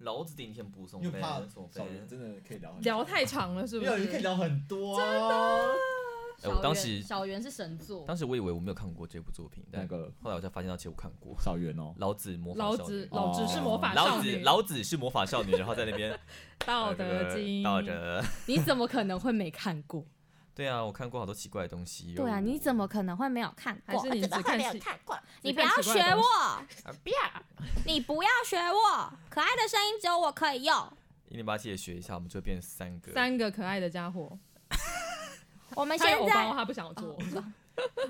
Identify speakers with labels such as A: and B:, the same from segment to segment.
A: 老子顶天不送
B: 因
A: 杯
B: 为怕，
A: 送
B: 少人
A: 杯。
B: 真的可以聊很
C: 聊
B: 久
C: 太长了，是不
B: 没有
C: 是？
B: 人可以聊很多、啊，
A: 哎，
D: 小
A: 我
D: 圆
A: 当时
D: 小圆是神作，
A: 当时我以为我没有看过这部作品，
B: 那
A: 但
B: 个
A: 后来我才发现到其实我看过《
B: 少元哦，
A: 老子魔
C: 老
A: 法少
C: 子
A: 女》。
C: 老子是魔法
A: 老
C: 少
A: 子
C: 女，
A: 老子是魔法少女，然后在那边
C: 道
A: 呃这
C: 德
A: 个
C: 经，
A: 道德。
D: 你怎么 可能会没看过？
A: 对啊，我看过好多奇怪的东西。
D: 对啊，你怎么可能会没有看
C: 还
D: 过？
C: 是你
D: 怎么
C: 只
D: 会
C: 看
D: 没有
C: 奇
D: 看过？
C: 只
D: 你不
C: 看奇
D: 要
C: 怪的
D: 学
C: 东西
D: 我，你不要学我，可爱的声音只有我可以用。
A: 一零八七也学一下，我们就会变三个。
C: 三个可爱的家伙。
D: 我们
C: 他
D: 现
C: 有偶包，
D: 在
C: 他不想 做。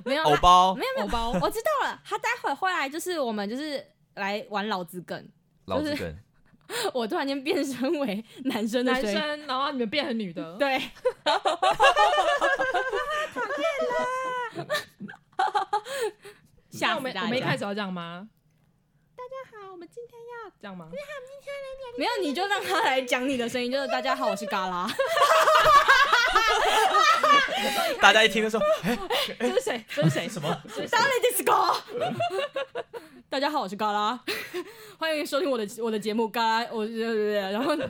D: 没有
A: 偶
D: 啦，
A: 包，
D: 没有没
C: 偶
D: 有，
C: 包，
D: 我知道了，他待会回来就是我们就是来玩老子梗。
A: 老子梗，
D: 我突然间变身为男生的
C: 男
D: 声音，
C: 生，然后你们变成女的，
D: 对，
C: 那
D: 讨
C: 我们
D: 厌啦！吓死大家！
C: 我们一开始要这样吗？大家好，我们今天要这样吗？
D: 没有，你就让他来讲你的声音，就是大家好，我是嘎啦。
A: 大家一听就说，
C: 这是谁？这是谁？什 么？
D: Solid Disco。大家好，我是嘎啦， 欢迎收听我的我的节目嘎啦，我然后
A: 大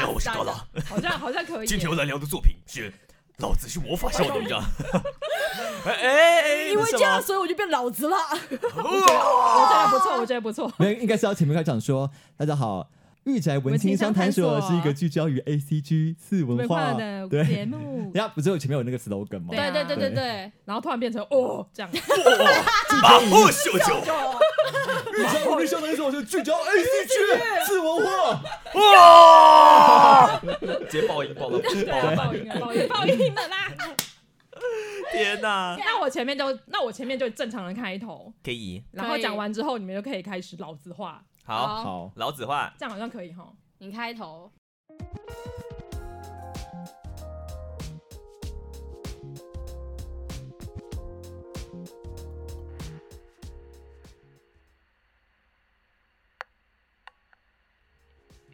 A: 家哎好，我
D: 死
A: 是
D: 大
A: 高
D: 家！
A: 老，
C: 好像好像可以耶。
A: 今天我来聊的作品是《老子是魔法少女》的。哎哎哎，
D: 因为
A: 什
D: 这样，
A: 么？
D: 所以我就变老子了。
C: 我觉得不错，我觉得不错。
B: 没有，应该是要前面开讲说，大家好，御宅文青商谈所
C: 文青商谈所
B: 是一个聚焦于 A C G 次
C: 美
B: 文
C: 化
B: 化
C: 的
B: 对，
C: 节
B: 人
C: 目，
B: 家不是有前面有那个 slogan 吗？
C: 对啊
B: 对
D: 对，
C: 然后突然变成哦这样，
A: 马后秀秀，
B: 御宅文青商谈所就聚焦 A C G 次文化，
A: 哇！直接爆音爆了，爆
C: 对，啊
A: 了
C: 报
A: 半
C: 应
A: 年
C: 了，报应，报 应了啦。
A: 天哪！
C: 那我前面就，那我前面就正常的开头，
A: 可以，
C: 然后讲完之后，你们就可以开始老子话，
A: 好，
D: 好，
B: 好，
A: 老子话，
C: 这样好像可以哈。
D: 你开头。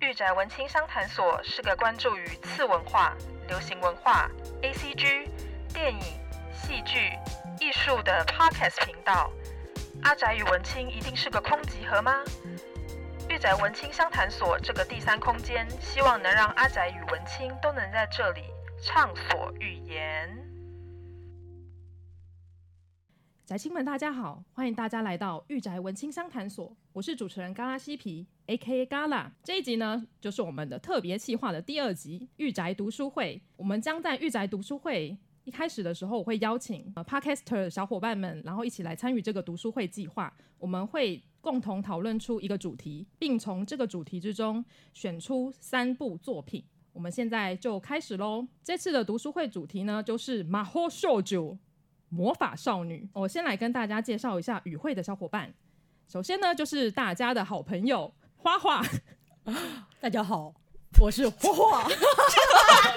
E: 御宅文青商谈所是个关注于次文化、流行文化、A C G、电影、戏剧、艺术的 podcast 频道。阿宅与文青一定是个空集合吗？御宅文青商谈所这个第三空间，希望能让阿宅与文青都能在这里畅所欲言。
C: 宅青们，大家好，欢迎大家来到御宅文青商谈所，我是主持人嘎拉西皮 （A K A 嘎啦）。这一集呢，就是我们的特别企划的第二集御宅读书会。我们将在御宅读书会一开始的时候，我会邀请呃 Podcaster 小伙伴们，然后一起来参与这个读书会计划。我们会共同讨论出一个主题，并从这个主题之中选出三部作品。我们现在就开始喽。这次的读书会主题呢，就是《马后秀酒》。魔法少女。我先来跟大家介绍一下与会的小伙伴。首先呢，就是大家的好朋友花花，
D: 大家好，我是花花。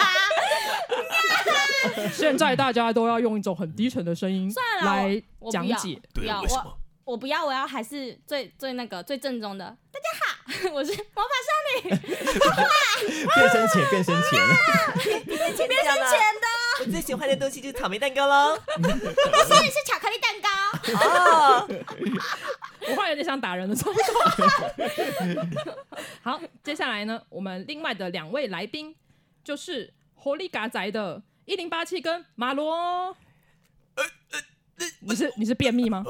C: 现在大家都要用一种很低沉的声音
D: 算了
C: 来
D: 我
C: 讲
D: 不要
C: 解。
D: 不要我？我不要，我要还是最最那个最正宗的。大家好， 我是魔法
B: 变身前变身前，
D: 少女，变身前
A: 啊
D: 的，
A: 我最喜欢的东西就是草莓蛋糕喽。
D: 我现在是巧克力蛋糕。
A: 哦，
C: 我忽然有点想打人的冲动。 好，接下来呢，我们另外的两位来宾就是活力嘎仔的一零八七跟马
A: 呃
C: 罗。你是你是便秘吗？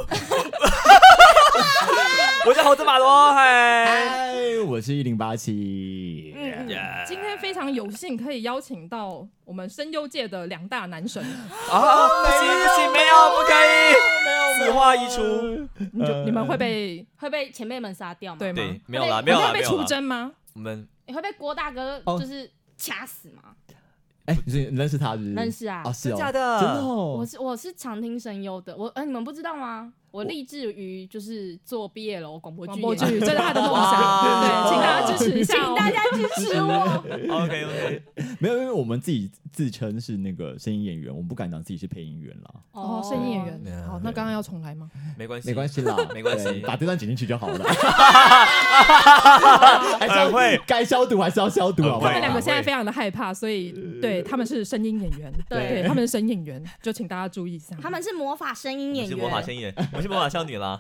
A: 我是猴子马罗，嗨。
B: 嗨，我是一零八七，
A: 嗯
C: 今天非常有幸可以邀请到我们声优界的两大男神，
A: 啊，不行不行，没有不可以，此话一出。
C: 你就你们会被
D: 会被前辈们杀掉吗？
C: 对吗？
A: 对，没有啦，
D: 会被
A: 没有
C: 你
A: 啦，
C: 会被
A: 没有啊
C: 出
A: 啦。
C: 征吗？
A: 我们
D: 你会被郭大哥
B: 哦
D: 就是掐死吗？
B: 哎，你是你认识他是不是？
D: 认识啊
B: 哦，是
A: 真
B: 哦，
A: 假
B: 的
A: 的
B: 真的哦
D: 我，是我是常听声优的，我呃你们不知道吗？我立志于就是做 BL 广播剧啊
C: 广
D: 演
C: 播剧，
D: 员，
C: 这是他的梦想。
A: 哇
C: 对，请大家支持一下、
D: 请
C: 哦，
D: 大家支持我。
A: OK OK，
B: 没有，因为我们自己自称是那个声音演员，我们不敢讲自己是配音员啦，
C: 哦，声音演员。
A: 嗯
C: 好，那刚刚要重来吗？
A: 没关系，
B: 没关
A: 系。
B: 系啦，
A: 没关系
B: 对把这段剪进去 就好了。还是
A: 很会
B: 要该消毒还是要消毒，好不
C: 他
B: 好？
C: 们两个现在
A: 会
C: 非常的害怕，所以对他们是声音演员，
D: 对
C: 对他们是声音演员，就请大家注意一下。
D: 他们是魔法声音
A: 我
D: 演
A: 是
D: 员，
A: 魔法声音人，我是魔法少 女啦。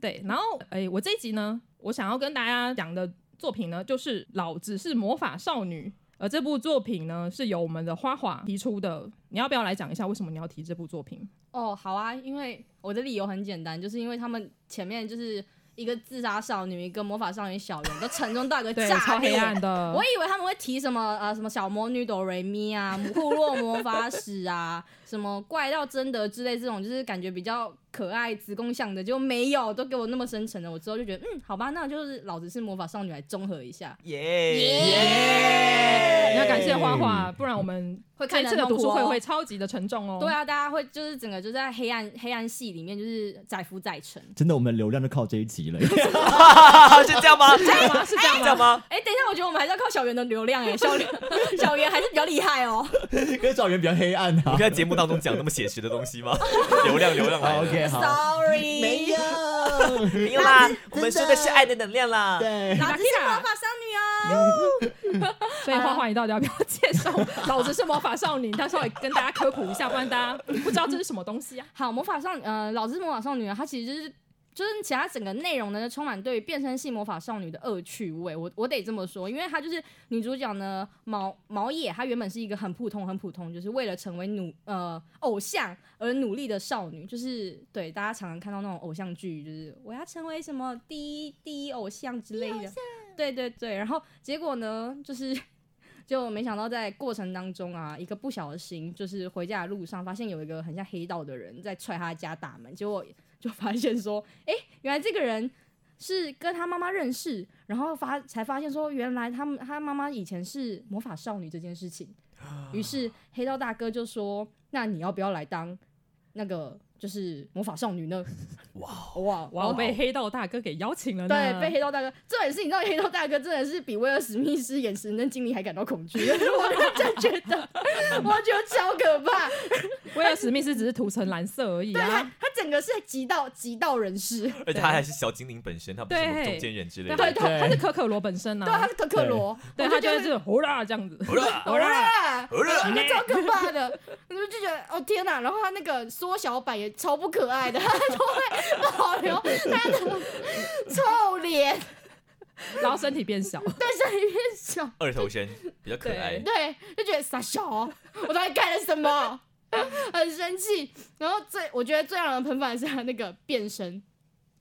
C: 对，然后哎，我这一集呢，我想要跟大家讲的作品呢，就是《老子是魔法少女》。而这部作品呢，是由我们的花花提出的。你要不要来讲一下为什么你要提这部作品？
D: 哦，好啊，因为我的理由很简单，就是因为他们前面就是一个自杀少女，一个魔法少女小圆，都沉重到一个
C: 对，
D: 炸
C: 超黑
D: 裂。
C: 暗的。
D: 我以为他们会提什么呃什么小魔女哆瑞咪啊、 库洛魔法使啊、什么怪盗贞德之类这种，就是感觉比较可爱、子宫向的，就没有都给我那么深沉的。我之后就觉得，嗯，好吧，那就是老子是魔法少女来综合一下，
A: 耶！
C: 你要感谢花花，不然我们
D: 会看
C: 这次
D: 得
C: 的
D: 很
C: 读
D: 痛苦
C: 书会
D: 哦
C: 会超级的沉重哦。
D: 对，啊，大家会就是整个就在黑暗黑暗系里面就是载浮载沉。
B: 真的，我们的流量就靠这一 集了。
A: 啊是这样吗？是这样吗？是这样吗？
D: 哎、等一下，我觉得我们还是要靠小圆的流量哎、小圆 小圆还是比较厉害哦。
B: 跟小圆比较黑暗
A: 我们。
B: 啊
A: 在节目当中讲那么写实的东西 吗？流量，流量来
B: 好
A: 了，
B: OK，好，
D: Sorry，
B: 有，
A: 没有啦，我
B: 们
A: 们
B: 说
A: 说
B: 的
A: 的
B: 是
A: 是爱的能量啦。
B: 对，
D: 老子是魔法少女哦。
C: 所以花花，你到底要不要介绍老子是魔法少女？到时候也跟大家科普一下，不然大家不知道这是什么东西啊。
D: 好，魔法少女，呃，老子是魔法少女呢，它其实就是。就是其他整个内容呢，就充满对于变身系魔法少女的恶趣味。我我得这么说，因为她就是女主角呢，毛毛野，她原本是一个很普通、很普通，就是为了成为努呃偶像而努力的少女。就是对大家常常看到那种偶像剧，就是我要成为什么第一第一偶像之类的。对对对，然后结果呢，就是就没想到在过程当中啊，一个不小心，就是回家的路上发现有一个很像黑道的人在踹他家大门，结果就发现说，诶，原来这个人是跟他妈妈认识，然后发才发现说，原来他们他妈妈以前是魔法少女这件事情。于是黑道大哥就说：“那你要不要来当那个就是魔法少女呢？”哇哇哦
C: 哇，我被黑道大哥给邀请了呢。
D: 对，被黑道大哥，这也是你知道，黑道大哥真的是比威尔史密斯演《神灯经理》还感到恐惧， 我认真觉得，我觉得超可怕。
C: 威尔史密斯只是涂成蓝色而已
D: 对他
C: 啊。，
D: 他整个是极道极道人士，
A: 而且他还是小精灵本身，他不是什么
C: 对
A: 中间人之类
C: 对，
A: 的。
C: 他
B: 对
C: 他是可可罗本身
D: 对，他
C: 啊。
D: 是可可罗，
C: 对，
D: 我
C: 他
D: 就
C: 就会
D: 觉得
C: 这种呼啦这样子。
A: 好啦
D: 我啦，
A: 好啦
D: 我觉得超可怕的，我就觉得哦天哪！然后他那个缩小版也超不可爱的，他就会保留他的臭脸，
C: 然后身体变小，
D: 但是里面小，
A: 二头身比较可爱。
D: 对，就觉得傻小哦，我到底干了什么？ 很生气。然后最我觉得最让人喷饭的是他那个变身，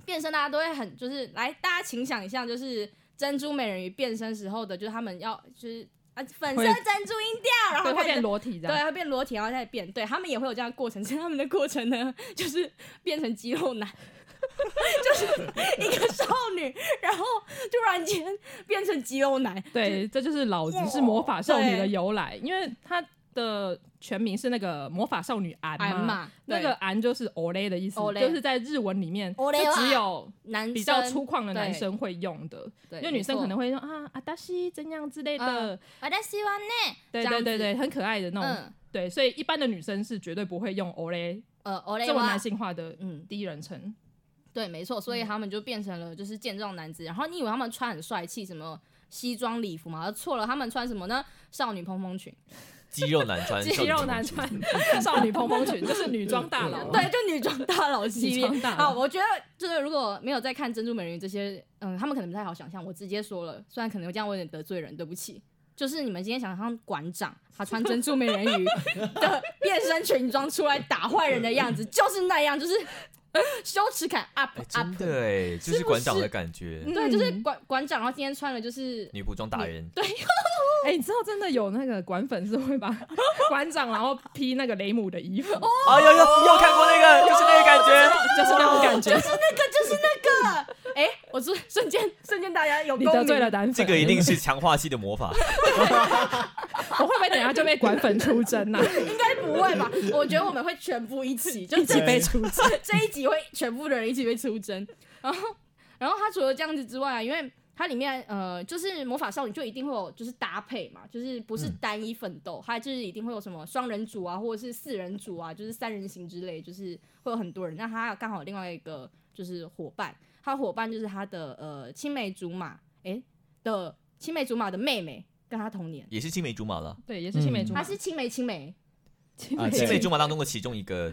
D: 变身大家都会很就是来，大家请想象就是珍珠美人鱼变身时候的，就是他们要就是啊粉色
C: 会
D: 珍珠音调，然后
C: 对，会
D: 开始
C: 变裸体这
D: 对，
C: 样。
D: 会变裸体，然后再变，对他们也会有这样的过程。其实他们的过程呢，就是变成肌肉男， 就是一个少女，然后突然间变成肌肉男，
C: 对，这就是老子是魔法少女的由来，因为她的全名是那个魔法少女安
D: 安
C: 嘛。
D: 嘛，
C: 那
D: 对
C: 个“安”就是 “ole” 的意思，
D: ole
C: 就是在日文里面就
D: ole 啊
C: 只有
D: 男
C: 比较
D: 生
C: 粗犷的男
D: 对
C: 生会用的，
D: 对，
C: 因为女生可能会说啊阿达西怎样之类的，
D: 我的啊希望呢，
C: 对
D: 这
C: 对
D: 样
C: 对
D: 子
C: 对，很可爱的那种，
D: 嗯，
C: 对，所以一般的女生是绝对不会用 “ole”
D: 呃，我
C: 这
D: 的
C: 种男
D: 话，
C: 性嗯化的
D: 嗯，
C: 第一人称，
D: 对，没错，所以他们就变成了就是健壮男子。然后你以为他们穿很帅气，什么西装礼服嘛？而错了，他们穿什么呢？少女蓬蓬裙，
A: 肌肉男穿，
C: 肌肉男穿 少女蓬蓬裙，就是女装大佬，啊
D: 对，就女装大佬系列
C: 女装。大佬
D: 好，我觉得就是如果没有在看《珍珠美人鱼》这些，嗯，他们可能不太好想象。我直接说了，虽然可能这样我有点得罪人，对不起。就是你们今天想象馆长他穿珍珠美人鱼的变身裙装出来打坏人的样子，就是那样，就是羞耻感 up
A: 哎，真
D: up。
A: 的哎，就是是
D: 不
A: 馆长
D: 是
A: 的感觉，
C: 嗯
D: 对，就是馆馆长，然后今天穿的就是
A: 女仆装打人。
C: 哎、你知道真的有那个管粉是会把 馆长然后披那个雷姆的衣服，
D: 哦
A: 啊，有有有看过那个，就是那个感觉。
C: 就是那种感觉。
D: 那个就是那个，哎、我瞬瞬间瞬间大家有
C: 你
D: 共
C: 得
D: 鸣
C: 罪了男粉，
A: 这个一定是强化系的魔法，
C: 我会不会等一下就被管粉出征呐、啊？
D: 应该不会吧？我觉得我们会全部一起，就这
B: 起被
D: 出征， 这一集会全部的人一起被出征。然后，然后他除了这样子之外啊，因为它里面呃，就是魔法少女就一定会有就是搭配嘛，就是不是单一奋斗，它就是一定会有什么双人组啊，或者是四人组啊，就是三人行之类，就是会有很多人。那他刚好有另外一个就是伙伴，他伙伴就是他的呃青梅竹马，诶的青梅竹马的妹妹，跟他同年，
A: 也是青梅竹马了。
C: 对，也是青梅竹马，
D: 她是青梅青梅。
C: 青
B: 啊
C: 梅
B: 对
A: 青梅
C: 竹
A: 竹马当中的其中一个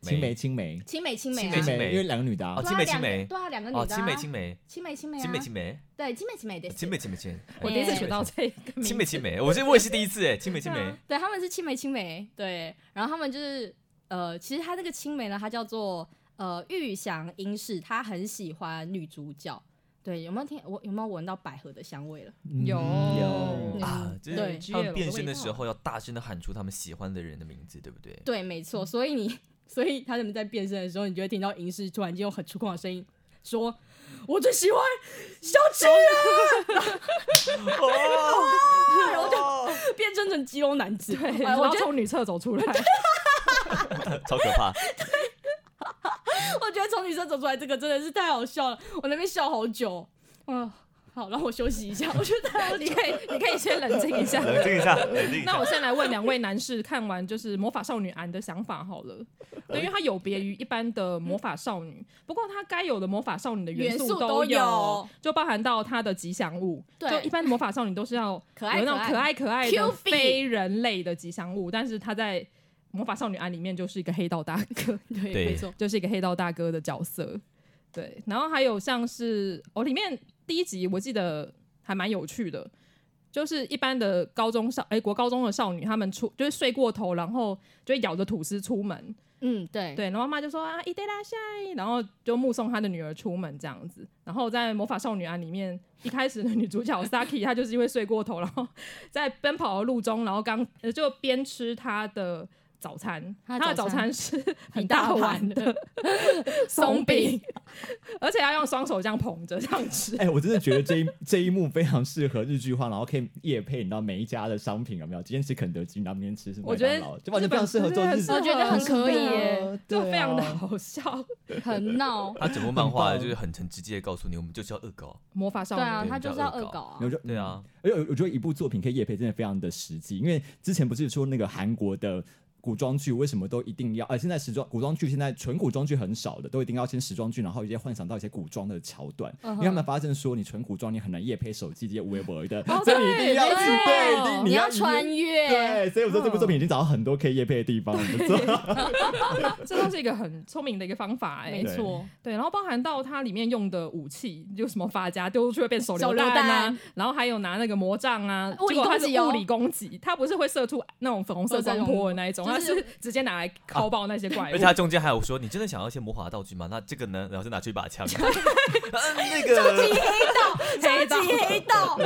B: 青梅青梅
D: 青梅青梅啊，
A: 青梅
B: 梅，因为两个女的啊
A: 哦，
D: 对啊
A: 青梅
D: 两个
A: 青梅
D: 对啊，两个女的
A: 哦，
D: 啊，
A: 青梅青梅，
D: 青梅青梅啊，
A: 青梅青梅，
D: 对青梅青梅的，
A: 青梅青梅青梅，哎
C: 我第一次学到这个名字啊
A: 青梅青梅，我这我也是第一次哎，青梅青梅，
D: 对，他们是青梅青梅，对，然后他们就是呃，其实他这个青梅呢，它叫做呃玉祥英式，他很喜欢女主角。对，有没有听我有没有闻到百合的香味了？
B: 嗯
C: 有
B: 有
C: 嗯
A: 啊，就
D: 对
A: 是他们变身的时候要大声的喊出他们喜欢的人的名字，对不 对？
D: 对，没
A: 嗯
D: 错，所以你 所以他们在变身的时候，你就会听到银饰突然间用很粗犷的声音说：“我最喜欢小智
C: 哦
D: 啊！”然后就变身成肌肉男子。
C: 对，
D: 哎
C: 然
D: 我
C: 后
D: 觉得
C: 从女厕走出 来，
A: 超可 怕，
D: 我觉得从女生走出来这个真的是太好笑了，我那边笑好久。嗯，好，让我休息一下，我 觉得太 好
C: 你
D: 久。
C: 可以你可以先冷静一下。
A: 冷静一下，冷静一
C: 那
A: 下。
C: 我先来问两位男士，看完就是《魔法少女安》的想法好 了，对，因为它有别于一般的魔法少女，不过它该有的魔法少女的元
D: 元素
C: 素
D: 都
C: 都
D: 有
C: 就包含到它的吉祥物。
D: 对
C: 就一般的魔法少女都是要
D: 可爱
C: 有那种
D: 可
C: 可爱可爱
D: Q
C: 的
D: fit
C: 非人类的吉祥物，但是它在《魔法少女安》里面就是一个黑道大哥，
D: 对
A: 对
D: 没错，
C: 就是一个黑道大哥的角色。对，然后还有像是哦，里面第一集我记得还蛮有趣的，就是一般的高中少哎国高中的少女，她们出就是睡过头，然后就会咬着吐司出门。
D: 嗯，对，
C: 对，然后妈妈就说啊，伊德拉夏，然后就目送她的女儿出门这样子。然后在《魔法少女啊》里面，一开始的女主角 Saki 她就是因为睡过头，然后在奔跑的路中，然后刚呃就边吃她的。早餐，
D: 她
C: 她
D: 的
C: 的
D: 早
C: 早
D: 餐
C: 餐是很
D: 一
C: 大
D: 大
C: 碗
D: 盘
C: 的松饼，而且要用双手这样捧着这样 吃。
B: 哎、我真的觉得这一 这一幕非常适合日剧化，然后可以夜配，你知道每一家的商品有没有？今天吃肯德基，你到明天吃是麦
C: 我觉得
B: 当劳，就完全非常适合做日
C: 日
B: 剧
C: 本，
D: 我觉得很可以耶，
B: 啊
C: 就非常的
B: 对啊
C: 好笑。
D: 很 闹。
A: 他整部漫画
B: 很棒
A: 就是很很直接的告诉你，我们就是要恶搞。
C: 魔法少
D: 对
C: 女，
D: 啊，
A: 对
D: 他就是要恶搞
B: 我
D: 啊。
C: 嗯
B: 觉得
A: 对啊，
B: 而且我我觉得一部作品可以夜配，真的非常的实际。因为之前不是说那个韩国的古装剧为什么都一定要，呃，现在时装古装剧现在纯古装剧很少的，都一定要先时装剧，然后一些幻想到一些古装的桥段。
D: 嗯哼
B: 因为他们发现说，你纯古装你很难夜配手机这些微博的，
C: 哦
B: 所以你一定要
C: 对
B: 自备，一定
D: 你
B: 要
D: 要穿。越，
B: 对，所以我说这部作品已经找到很多可以夜配的地方，我们做
C: 这都是一个很聪明的一个方法、哎，
D: 没错，
C: 对，然后包含到它里面用的武器，就什么发夹丢出去会变手
D: 手
C: 榴
D: 榴
C: 啊，
D: 弹
C: 然后还有拿那个魔杖啊，
D: 物理
C: 结果它
D: 攻击
C: 是
D: 哦
C: 物理攻击，它不是会射出那种粉红色
D: 哦这
C: 光
D: 种
C: 波的那一种，
D: 就
C: 它
D: 是
C: 是直接拿来敲爆那些怪
A: 而
C: 物
A: 且。他中间还有说，你真的想要一些魔法道具吗？那这个呢？然后就拿出一把 枪， 嗯，那个
D: 超级黑道，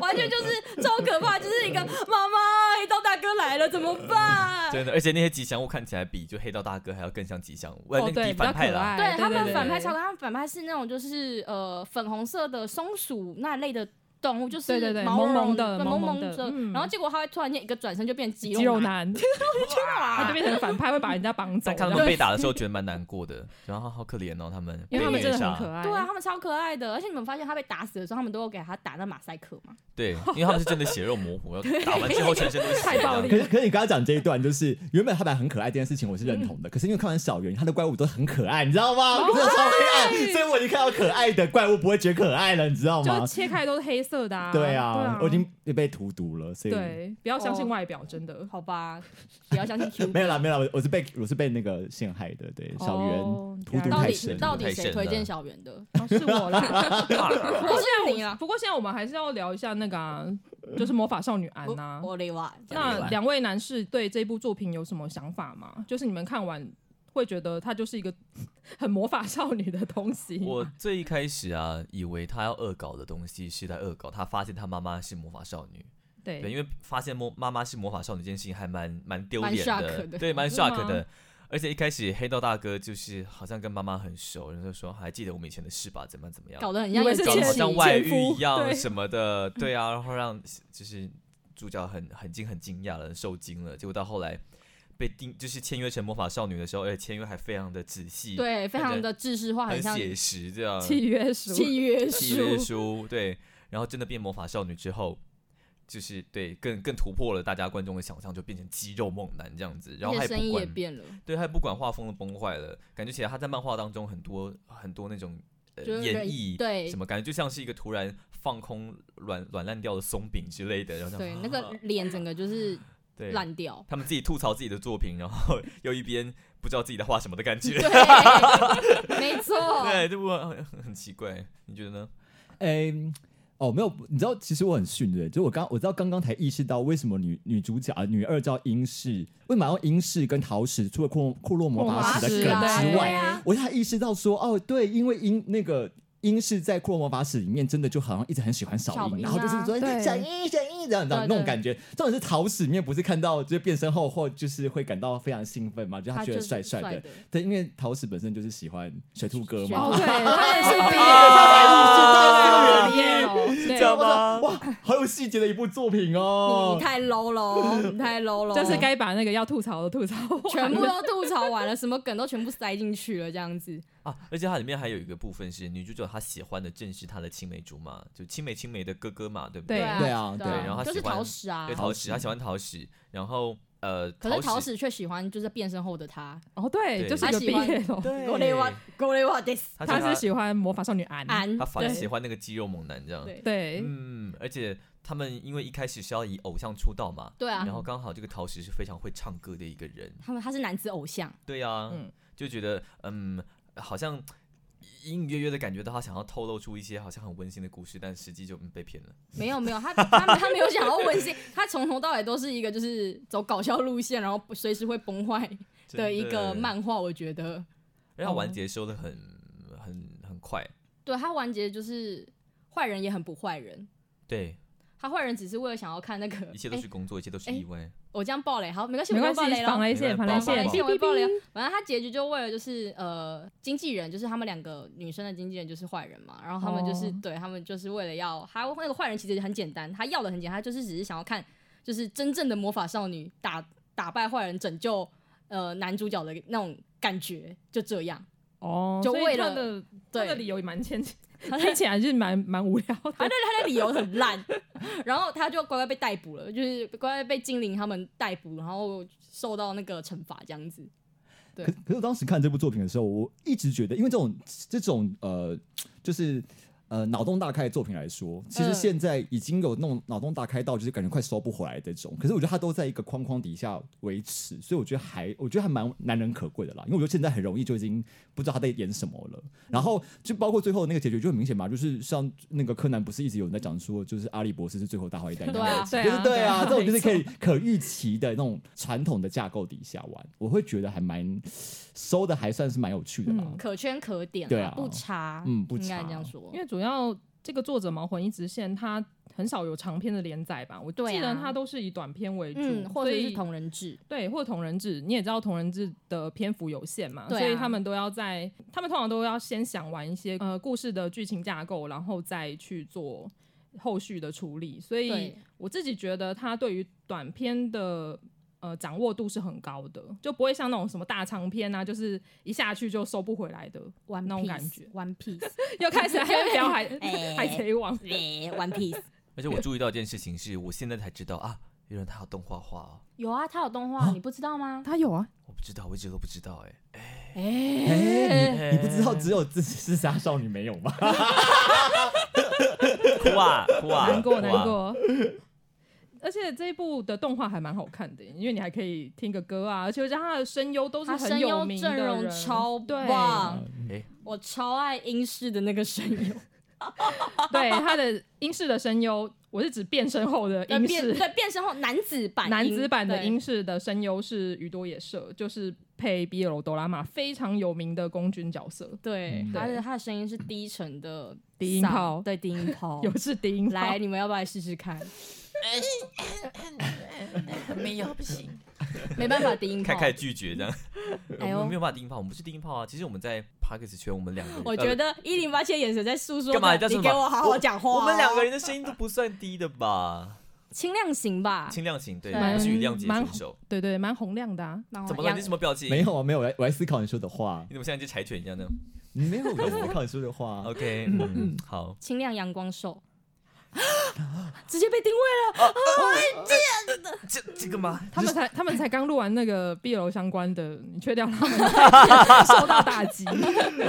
D: 完全就是超可怕，就是一个妈妈黑道大哥来了怎么办？
A: 真的，而且那些吉祥物看起来比就黑道大哥还要更像吉祥物，呃
C: 哦
A: 那个
C: 对
A: 比反派啦。
C: 哎
D: 对
C: 对
D: 他
C: 对
D: 们
C: 对
D: 反派
C: 对
D: 超可爱，他们反派是那种就是呃粉红色的松鼠那类的动物，就是
C: 对对对
D: 毛茸茸
C: 萌萌的
D: 对
C: 萌
D: 萌
C: 萌
D: 的
C: 的嗯
D: 然后结果他会突然间一个转身就变肌
C: 肌肉
D: 男，
C: 男， 他就变成反派，会把人家绑走
A: 但看
C: 的。
A: 他们被打的时候，觉得蛮难过的，然后好可怜哦，他们
C: 因为他们
A: 被
C: 真
A: 虐
C: 的
A: 杀
C: 很可爱。
D: 对啊，，他们超可爱的。而且你们发现他被打死的时候，他们都有给他打那马赛克嘛？
A: 对，因为他们是真的血肉模糊，打完之后全身都是血。
C: 太暴力
B: 可是可是你刚刚讲这一段，就是原本他本来很可爱这件事情，我是认同的。可是因为看完小圆，他的怪物都很可爱，你知道吗？真的超黑暗，所以我已经看到可爱的怪物不会觉得可爱了，你知道
C: 就
B: 吗
C: 是？切开都是黑色的啊。
B: 对
C: 啊
B: 啊，，我已经被荼毒了，所以
C: 对，不要相
D: 哦
C: 信外表，真的。
D: 好吧，不要 相信 Q
B: 没有啦，没有啦，我我是被我是被那个陷害的，对，
C: 哦
B: 小圆荼毒
C: 原来
D: 到
B: 太
D: 底
B: 深，
D: 到底
A: 太
D: 谁
A: 深
D: 推
A: 了
D: 荐小 圆的？
C: 哦是我啦，
D: 不是你啊，
C: 不过现在我们还是要聊一下那个啊，就是魔法少女安啊呐、
D: 我例外。
C: 那两位男士对这部作品有什么想法吗？就是你们看完会觉得它就是一个 很魔法少女的东西吗。
A: 我最一开始啊，以为他要恶搞的东西是在恶搞，他发现他妈妈是魔法少女，
C: 对
A: 对，因为发现魔妈妈是魔法少女这件事情还蛮蛮丢
D: 蛮
A: 脸
D: shock 的
A: 对，蛮
C: 真的
A: shock
C: 吗
A: 的。而且一开始黑道大哥就是好像跟妈妈很熟，然后就说还记得我们以前的事吧，怎么样怎么样，
D: 搞得很像
C: 以为
D: 有
C: 是
A: 搞得
D: 奸
A: 好
C: 前
A: 像
C: 妻
A: 外
C: 前
A: 遇
C: 夫
A: 一样
C: 对
A: 什么的，对啊，然后让就是主角很很惊很惊讶了，很受惊了。结果到后来被定就是签约成魔法少女的时候，而且签约还非化的仔细，，
D: 对，非常的制式化，
A: 很
D: 像
A: 写实这样。
C: 契约书，
D: 契约
A: 契约
D: 书。
A: 书，对，然后真的变魔法少女之后，就是对更更突破了大家观众的想象，就变成肌肉猛男这样子，然
D: 而
A: 后还
D: 且
A: 不
D: 声音也
A: 管，
D: 变了，
A: 对，还不管画风的崩坏了，感觉起来他在漫画当中很多很多那种呃
D: 就是
A: 演
D: 人
A: 绎，
D: 对
A: 什么感觉就像是一个突然放空软软烂掉的松饼之类的，然后这
D: 对
A: 样，
D: 那个脸整个就是
A: 对，
D: 烂 掉。
A: 他们自己吐槽自己的作品，然后又一边不知道自己在画什么的感 觉。
D: 对，没 错。
A: 对，这部分很奇怪，你觉得呢？
B: 哎、哦，没有，你知道，其实我很逊的，就我刚我知道刚刚才意识到为什么女女主角、啊、女二叫英式，为什么要用英式跟桃石除了库库洛魔法
D: 法
B: 使的
D: 使
B: 梗
D: 啊
B: 之
D: 对
B: 外，
D: 啊
B: 我才意识到说，哦，对，因为英那个。英式在《库洛魔法使》里面真的就好像一直很喜欢小
D: 小
B: 樱，
D: 樱
B: 然后就是
D: 啊
B: 说哎
C: 对
B: 小樱小樱这样这样那
D: 对
B: 种
D: 对
B: 感觉。重点是桃矢里面不是看到就是变身后或就是会感到非常兴奋嘛，就他
D: 他
B: 觉得
D: 就是
B: 帅
D: 帅
B: 的。对，因为桃矢本身就是喜欢水兔哥嘛，
C: 哦，对，他也是比
A: 这
B: 啊
C: 我也是对，
A: 样
B: 我
A: 吗
B: 说哇，好有细节的一部作品
D: 你
B: 哦
D: 你！太 low 了，你太 low 了，
C: 这是该把那个要吐槽的吐槽完了，
D: 全部都吐槽完了，什么梗都全部塞进去了，这样子。
A: 啊，而且它里面还有一个部分是女主角她喜欢的正是她的青梅竹马，就青梅青梅的哥哥嘛，对不
C: 对
D: 啊，
B: 对
D: 对
B: 啊对
A: 然后他
D: 就
A: 喜
D: 是
A: 欢
D: 桃矢啊
A: 对，。
B: 桃
A: 桃
B: 矢
A: 矢，她喜欢桃矢，然后呃，
D: 可是桃
A: 矢，
D: 矢却喜欢就是变身后的他，
C: 哦，对，
A: 对
C: 就是
D: 他
C: 个
D: 喜欢
C: BL，
A: 对，
D: go l what this
A: 她觉
C: 他
A: 得
C: 是喜欢魔法少女
A: 嗯
C: 安，
D: 安
A: 她反而
D: 对
A: 喜欢那个肌肉猛男这样，
D: 对
C: 对，
A: 嗯，而且他们因为一开始是要以偶像出道嘛，
D: 对啊
A: 然，后刚好这个桃矢是非常会唱歌的一个人，
D: 他们他是男子偶 像，
A: 对啊，
C: 嗯
A: 就觉得嗯，好像隐隐约约的感觉到他想要透露出一些好像很温馨的故事，但实际就嗯被骗了。
D: 没有没有，他他他没有想要温馨，他从头到尾都是一个就是走搞笑路线，然后随时会崩坏的一个
A: 慢。
D: 漫画，嗯我觉得。
A: 而且它完结收的很、很很快，
D: 对他完结就是坏人也很不坏人，
A: 对，
D: 他坏人只是为了想要看那个。
A: 一切都是工作，一切都是
D: 呃哎
A: 意外。
D: 我这样爆雷，好，没关系，
C: 没
D: 我
C: 关
D: 就爆雷
C: 系，防
D: 了。
C: 雷线，
A: 没
C: 防
A: 关
C: 雷
A: 系
C: 线，
A: 防雷
D: 线我
C: 哔
D: 会爆雷
C: 哔
D: 反正他结局就为了就是呃，经纪人就是他们两个女生的经纪人就是坏人嘛，然后他们就是、
C: 哦
D: 对他们就是为了要他那个坏人其实很简单，他要的很简单，他就是只是想要看就是真正的魔法少女打打败坏人，拯救呃男主角的那种感觉，就这样。
C: 哦，
D: 就
C: 所以
D: 为
C: 他
D: 了
C: 的他
D: 对，
C: 的理由也蛮 牵强，
D: 他
C: 听起来就是蛮蛮无聊
D: 反
C: 的。
D: 正他的理由很烂，然后他就乖乖被逮捕了，就是乖乖被精灵他们逮捕，然后受到那个惩罚这样子。
B: 可可是我当时看这部作品的时候，我一直觉得，因为这种这种呃，就是呃脑洞大开的作品来说，其实
D: 嗯
B: 现在已经有那种脑洞大开到就是感觉快收不回来的这种。可是我觉得它都在一个框框底下维持，所以我觉得还我觉得还蛮难能可贵的啦。因为我觉得现在很容易就已经不知道他在演什么
D: 嗯
B: 了。然后就包括最后那个结局就很明显嘛，就是像那个柯南不是一直有人在讲说，就是阿笠博士是最后大坏蛋，
D: 对啊
B: 就
C: 对
B: 是对
C: 啊
B: 啊，
C: 对啊
B: 这种就是可以
C: 没
B: 可预期的那种传统的架构底下玩，我会觉得还蛮收的，还算是蛮有趣的啦。
C: 嗯
D: 可圈可点啦，
B: 对啊
D: 不差，
B: 嗯不
D: 应该
B: 差
D: 这 样说
C: 因。为主要这个作者毛魂一直线，他很少有长篇的连载吧？我
D: 对
C: 记
D: 啊
C: 得他都是以短篇为主，
D: 嗯，或者
C: 所
D: 是
C: 以
D: 同人志，
C: 对，或同人志，你也知道同人志的篇幅有限嘛，
D: 对啊
C: 所以他们都要在，他们通常都要先想完一些呃故事的剧情架构，然后再去做后续的处理。所以
D: 对
C: 我自己觉得他对于短篇的。呃，掌握度是很高的，就不会像那种什么大长篇啊，就是一下去就收不回来的
D: One
C: 那
D: Piece，
C: 种感觉。
D: ，One Piece，
C: 又开始还在聊海
D: 哎
C: 海贼王，
D: 哎，One Piece
A: 而且
D: 呃
A: 我注意到一件事情是，我现在才知道啊，原来他要动画化哦，
D: 有啊，它有动画，你不知道吗？
C: 哦他有啊，
A: 我不知道，我一直都不知道哎、
B: 哎、你 你不知道只有自自杀少女没有吗？
A: 哭啊哭啊，
C: 难过
A: 哭啊
C: 难。过。而且这一部的动画还蛮好看的，因为你还可以听个歌啊，而且我觉得他的声优都是
D: 他
C: 很
D: 声
C: 有
D: 优
C: 名的
D: 阵容
C: 人
D: 超
C: 对
D: 棒，
A: 哎
D: 我超爱英式的那个声优，
C: 对他的英式的声优，我是指变身后的
D: 对
C: 英
D: 变
C: 式
D: 对变身后男子版
C: 男子版的
D: 对
C: 英式的声优是宇多野社，就是配 B L 哆啦玛非常有名的宫军角色，
D: 对，
B: 嗯
D: 他
C: 对
D: 的他的声音是低沉的
C: 低音
D: 嗓
C: 炮
D: 对低 音炮。
C: 有是低音炮
D: 哦来，你们要不要来试试看？
F: 没有，不行。
D: 没办法，低音炮
A: 开。开拒绝这样，我
D: 哎
A: 们
D: 呦
A: 没有办法低音炮，我们不是低音炮啊。其实我们在 Parkes 圈，我们两个人，
D: 我觉得一零八七的眼神在诉说
A: 呃干嘛？
D: 着，
A: 但是
D: 你给我好好讲话。
A: 呃
D: 啊
A: 我们两个人的声音都不算低的吧？
D: 轻量型吧，
A: 轻量型，对，
D: 对
A: 我们是语量级的
C: 蛮
A: 选手。
C: 对对，蛮洪亮的 啊。
D: 然后
A: 怎么了？
D: 杨
A: 你什么表情？
B: 没，有啊，没有，我在我在思考你说的话，
A: 你怎么像一只柴犬一样呢
B: 你没有，我在思考你说 的话。
A: ？OK，嗯，好。
D: 轻量阳光兽， 直接被定位了。
C: 哎
A: 这这个吗？
C: 他们才他们才刚录完那个 B L 相关的，你确定他们 受到打击？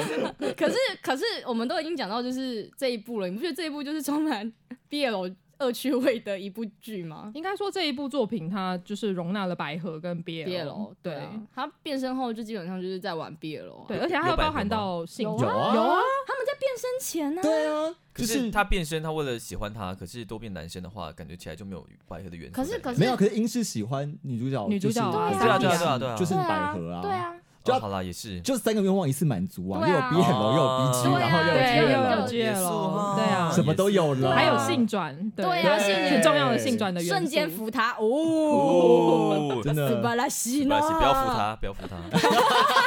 D: 可是可是我们都已经讲到就是这一步了，你不觉得这一步就是充满 BL 恶趣味的一部剧吗？
C: 应该说这一部作品，它就是容纳了百合跟 BL，,
D: 毕业楼，对
C: 对
D: 啊，他变身后就基本上就是在玩啊毕业楼。
C: 对，而且它还
A: 有
C: 有
A: 百合
C: 包含
A: 吗
C: 到性
D: 有
B: 有
C: 转
B: 啊
D: 有啊，他们在变身前呢、
B: 对啊，
A: 可
B: 就是
A: 他变身，他为了喜欢他，可是都变男生的话，感觉起来就没有百合的元素在
D: 可
A: 里
D: 是
A: 面。
D: 可是
B: 没有，可是英式喜欢女主角，
C: 女主角啊
B: 就是
D: 对啊
B: 就是
D: 对啊
A: 对啊对啊
B: 就是
D: 对
B: 百合啊，
D: 啊，对，啊，
B: 就
A: 哦
B: 要
A: 好啦，也是哦
B: 就三个愿望一次满足啊，又
D: 对
B: 有
D: 啊
B: BL 又有 B G，
A: 对
D: 啊
B: 然后又
C: 对，
D: 对
C: 又
D: 啊
C: 有
A: 有
C: 剧
A: 元素
C: 了，
A: 嘛
C: 对啊，
B: 什么都有了，
C: 还有性转，对
D: 对啊
B: 性
C: 很重要的性转的元素，
D: 瞬间扶他哦，
A: 哦，
B: 真
D: 斯巴
B: 的
D: 拉西
A: 不
D: 呢？
A: 要扶他，不要扶他。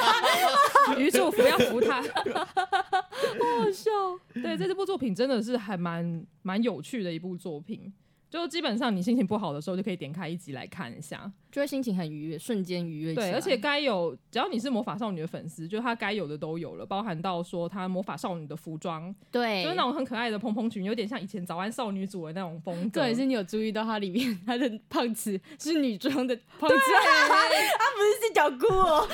C: 女 主不要扶他，好好笑。对，这部作品真的是还蛮蛮有趣的一部作品。就基本上你心情不好的时候，就可以点开一集来看一下。
D: 就会心情很愉悦，瞬间愉悦起来。
C: 对，而且该有，只要你是魔法少女的粉丝，就它该有的都有了，包含到说它魔法少女的服装，
D: 对，
C: 就是那种很可爱的蓬蓬裙，有点像以前早安少女组的那种风格。
D: 重点是你有注意到它里面它的胖子是女装 的胖子，它不是四角裤哦。